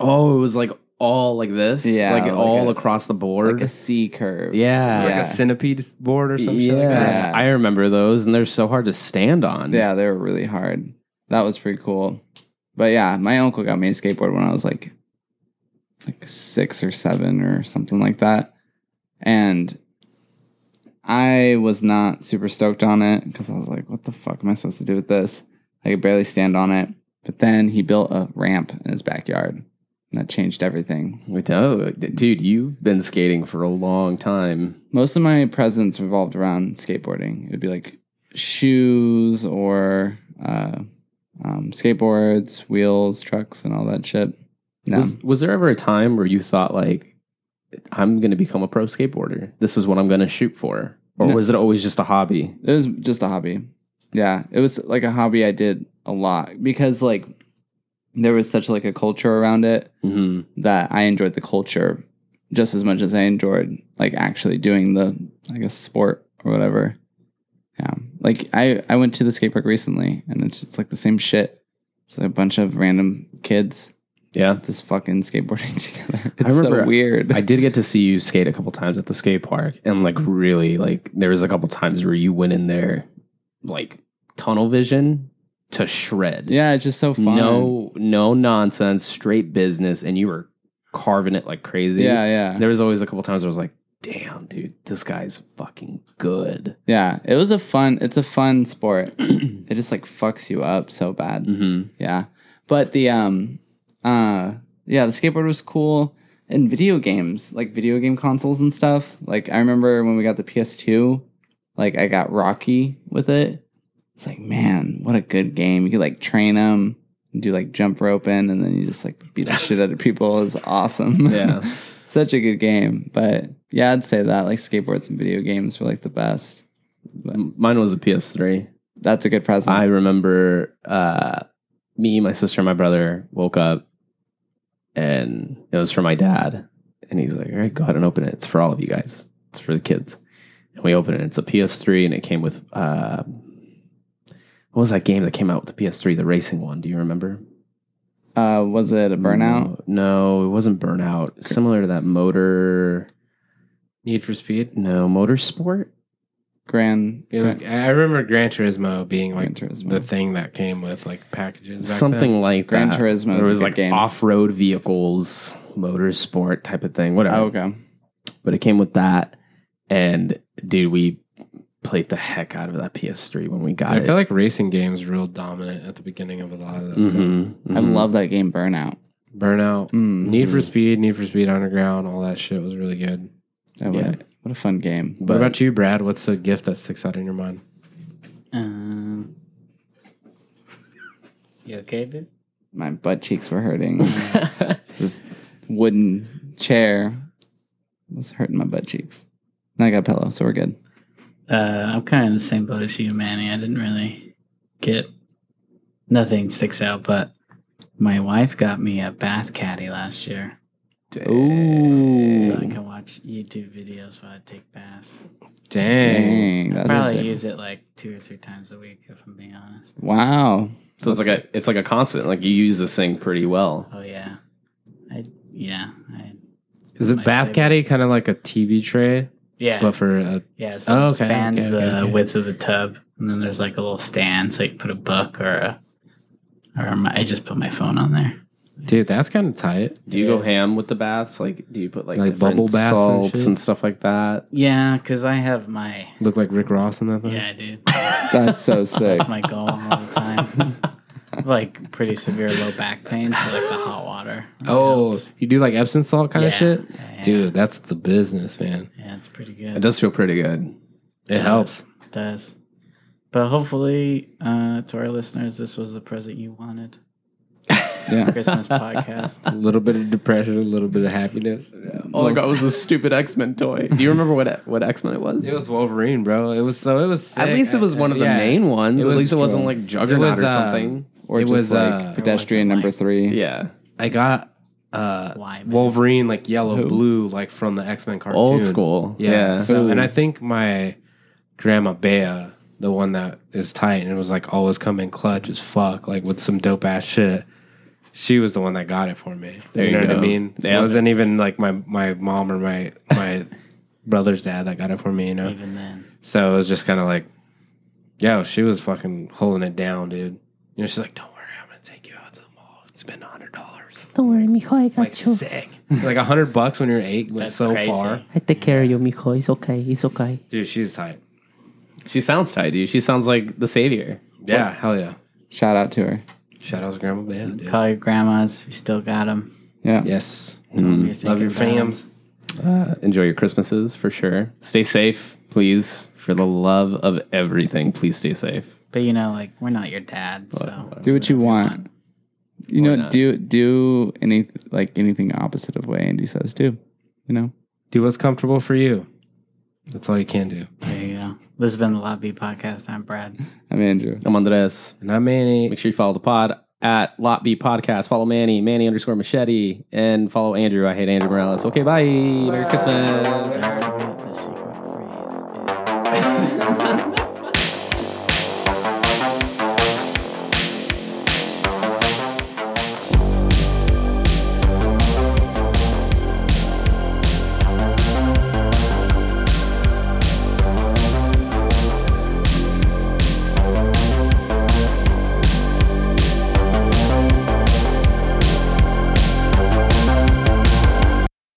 C: Oh, it was like all like this.
A: Yeah,
C: like,
A: like
C: all
A: a-
C: across the board.
A: like a C curve.
C: yeah.
D: like
A: Yeah.
D: a centipede board or some shit like that.
C: yeah,
A: that.
C: I remember those, and they're so hard to stand on.
A: Yeah, they were really hard. That was pretty cool. But yeah, my uncle got me a skateboard when I was like like 6 or 7 or something like that. And I was not super stoked on it cuz I was like, what the fuck am I supposed to do with this? I could barely stand on it. But then he built a ramp in his backyard. And that changed everything.
C: Wait, Oh, d- dude, you've been skating for a long time.
A: Most of my presents revolved around skateboarding. It would be like shoes or uh, um, skateboards, wheels, trucks, and all that shit. No.
C: Was, was there ever a time where you thought like, I'm going to become a pro skateboarder? This is what I'm going to shoot for, or
A: No.
C: was it always just a hobby?
A: it was just a hobby. Yeah, it was like a hobby I did a lot because like there was such like a culture around it
C: Mm-hmm.
A: that I enjoyed the culture just as much as I enjoyed like actually doing the I guess sport or whatever. Yeah. Like I I went to the skate park recently and it's just like the same shit. Just a bunch of random kids
C: Yeah,
A: just fucking skateboarding together.
C: I
A: It's so
C: remember- uh,
A: weird.
C: I did get to see you skate a couple times at the skate park, and like really, like there was a couple times where you went in there, like tunnel vision to shred.
A: yeah, it's just so fun.
C: no, no nonsense, straight business, and you were carving it like crazy.
A: Yeah, yeah.
C: There was always a couple times where I was like, damn, dude, this guy's fucking good.
A: Yeah. It was a fun it's a fun sport. it just like fucks you up so bad.
C: Mm-hmm.
A: Yeah. But the um uh yeah, the skateboard was cool and video games, like video game consoles and stuff. Like I remember when we got the PS2, like I got Rocky with it. It's like, man, what a good game. You could like train them, do like jump roping, and then you just like beat the shit out of people. It's awesome.
C: Yeah.
A: Such a good game. But yeah, I'd say that like skateboards and video games were like the best.
C: M- Mine was a PS3.
A: That's a good present.
C: I remember uh, me, my sister, and my brother woke up and it was for my dad. And he's like, all right, go ahead and open it. It's for all of you guys, it's for the kids. And we open it. It's a PS3 and it came with, uh, what was that game that came out with the PS3, the racing one? Do you remember?
A: uh, was it a
D: Mm.
A: burnout?
C: No, no, it wasn't Burnout. Similar to that Motor,
D: Need for Speed.
C: no, Motorsport?
A: Grand.
D: It was.
A: Grand-
D: I remember Gran Turismo being like
A: Gran Turismo.
D: the thing that came with like packages. Back
C: Something
D: then.
C: like
A: Gran
C: that.
A: Turismo is
C: There
A: a
C: was
A: good
C: like
A: game.
C: off-road vehicles, motorsport type of thing, whatever.
A: Oh,
D: Mm-hmm.
A: okay.
C: But it came with that, and dude, we played the heck out of that PS3 when we got
D: I
C: it.
D: feel like racing games real dominant at the beginning of a lot of that stuff.
C: Mhm,
A: I
D: mm-hmm.
C: mhm.
A: love that game, Burnout.
D: Burnout,
A: Mm,
D: Need for
C: Mhm.
D: Speed, Need for Speed Underground, all that shit was really good.
A: that would-
C: yeah.
A: What a fun game.
D: what
C: But-
D: about you, Brad? What's the gift that sticks out in your mind?
E: Um, you okay, dude?
A: My butt cheeks were hurting. It's this wooden chair was hurting my butt cheeks. And I got a pillow, so we're good.
E: Uh, I'm kind of in the same boat as you, Manny. I didn't really get nothing sticks out, but my wife got me a bath caddy last year, so I
A: Ooh.
E: can watch YouTube videos while I take baths.
D: Dang.
A: Dang. That's
E: Probably
A: sick.
E: use it like two or three times a week, if I'm being honest.
A: Wow.
C: so it's like a it's like a constant. Like you use this thing pretty well.
E: Oh yeah, I yeah I
D: Is a
E: My
D: bath
E: favorite.
D: caddy kind of like a TV tray,
E: yeah
D: but for a
E: yeah. So
D: Oh,
E: it
D: okay,
E: spans
D: okay,
E: the
D: okay, okay.
E: width of the tub, and then there's like a little stand, so you can put a book or a or my, I just put my phone on there.
D: dude? That's kind of tight.
C: Do you go
E: Yes.
C: ham with the baths? Like, do you put like,
D: Like
C: different
D: bubble bath and
C: salts
D: shit?
C: and, stuff like that?
E: Yeah, because I have my
D: Look like Rick Ross in that thing.
E: yeah, dude.
A: That's so sick.
E: That's my goal all the time. like pretty severe low back pain, so like the hot water. really
D: Oh,
E: helps.
D: you do like Epsom salt kind of
E: Yeah.
D: shit,
E: Yeah, yeah.
D: dude. That's the business, man.
E: yeah, it's pretty
C: It
E: good. It
C: does feel pretty good.
D: It helps.
E: does. But hopefully, uh, to our listeners, this was the present you wanted.
A: Yeah.
E: Christmas podcast.
D: A little bit of depression, a little bit of happiness.
C: All I got was a stupid X Men toy. Do you remember what what X Men it was?
D: It was Wolverine, bro. It was so it was.
C: At
D: sick.
C: least it was one of the
D: Yeah.
C: main ones.
D: It
C: At
D: was
C: least it wasn't
D: true.
C: like Juggernaut
D: It was,
C: or
D: uh,
C: something.
A: Or
D: It
A: just
D: was,
A: like
D: uh,
A: pedestrian number three.
C: yeah.
D: I got uh
E: Why, man?
D: Wolverine like yellow
A: Who?
D: blue like from the X Men cartoon.
C: Old school.
D: Yeah.
C: Yeah.
D: So, and
A: Ooh.
D: I think my grandma Bea, the one that is tight and was like always coming clutch as fuck, like with some dope ass shit. She was the one that got it for me.
C: There you
D: know what
C: go.
D: I mean?
C: Yeah.
D: It wasn't even like my my mom or my my brother's dad that got it for me. You know.
E: Even then,
D: So it was just kind of like, yo, she was fucking holding it down, dude. You know, she's like, don't worry, I'm gonna take you out to the mall. Spend a hundred dollars.
F: Don't worry, mijo, I got
D: Like
F: you.
D: sick. like a hundred bucks when you're eight went
E: That's
D: so
E: crazy.
D: far,
F: I take care of you, mijo. It's okay. It's okay.
D: dude. She's tight.
C: She sounds tight, dude. She sounds like the savior.
D: Yeah, hell yeah.
A: Shout out to her.
D: Shout out to Grandma Bam, dude.
E: call your grandmas if you still got them.
A: Yeah.
D: Yes,
E: Love
D: love your fams.
C: Uh, enjoy your Christmases for sure. Stay safe, please. For the love of everything, please stay safe.
E: But you know, like we're not your dad, so
A: Do what you want. You know,
C: not?
A: do do any like anything opposite of what Andy says too. You know?
D: Do what's comfortable for you. That's all you can do.
E: there you go. This has been the Lobby Podcast. I'm Brad.
A: I'm Andrew.
C: I'm Andres.
D: And I'm Manny.
C: Make sure you follow the pod at Lot B Podcast. Follow Manny, Manny underscore machete, and follow Andrew. I hate Andrew Morales. Okay, bye. Merry Christmas.
E: Don't forget the secret phrase is.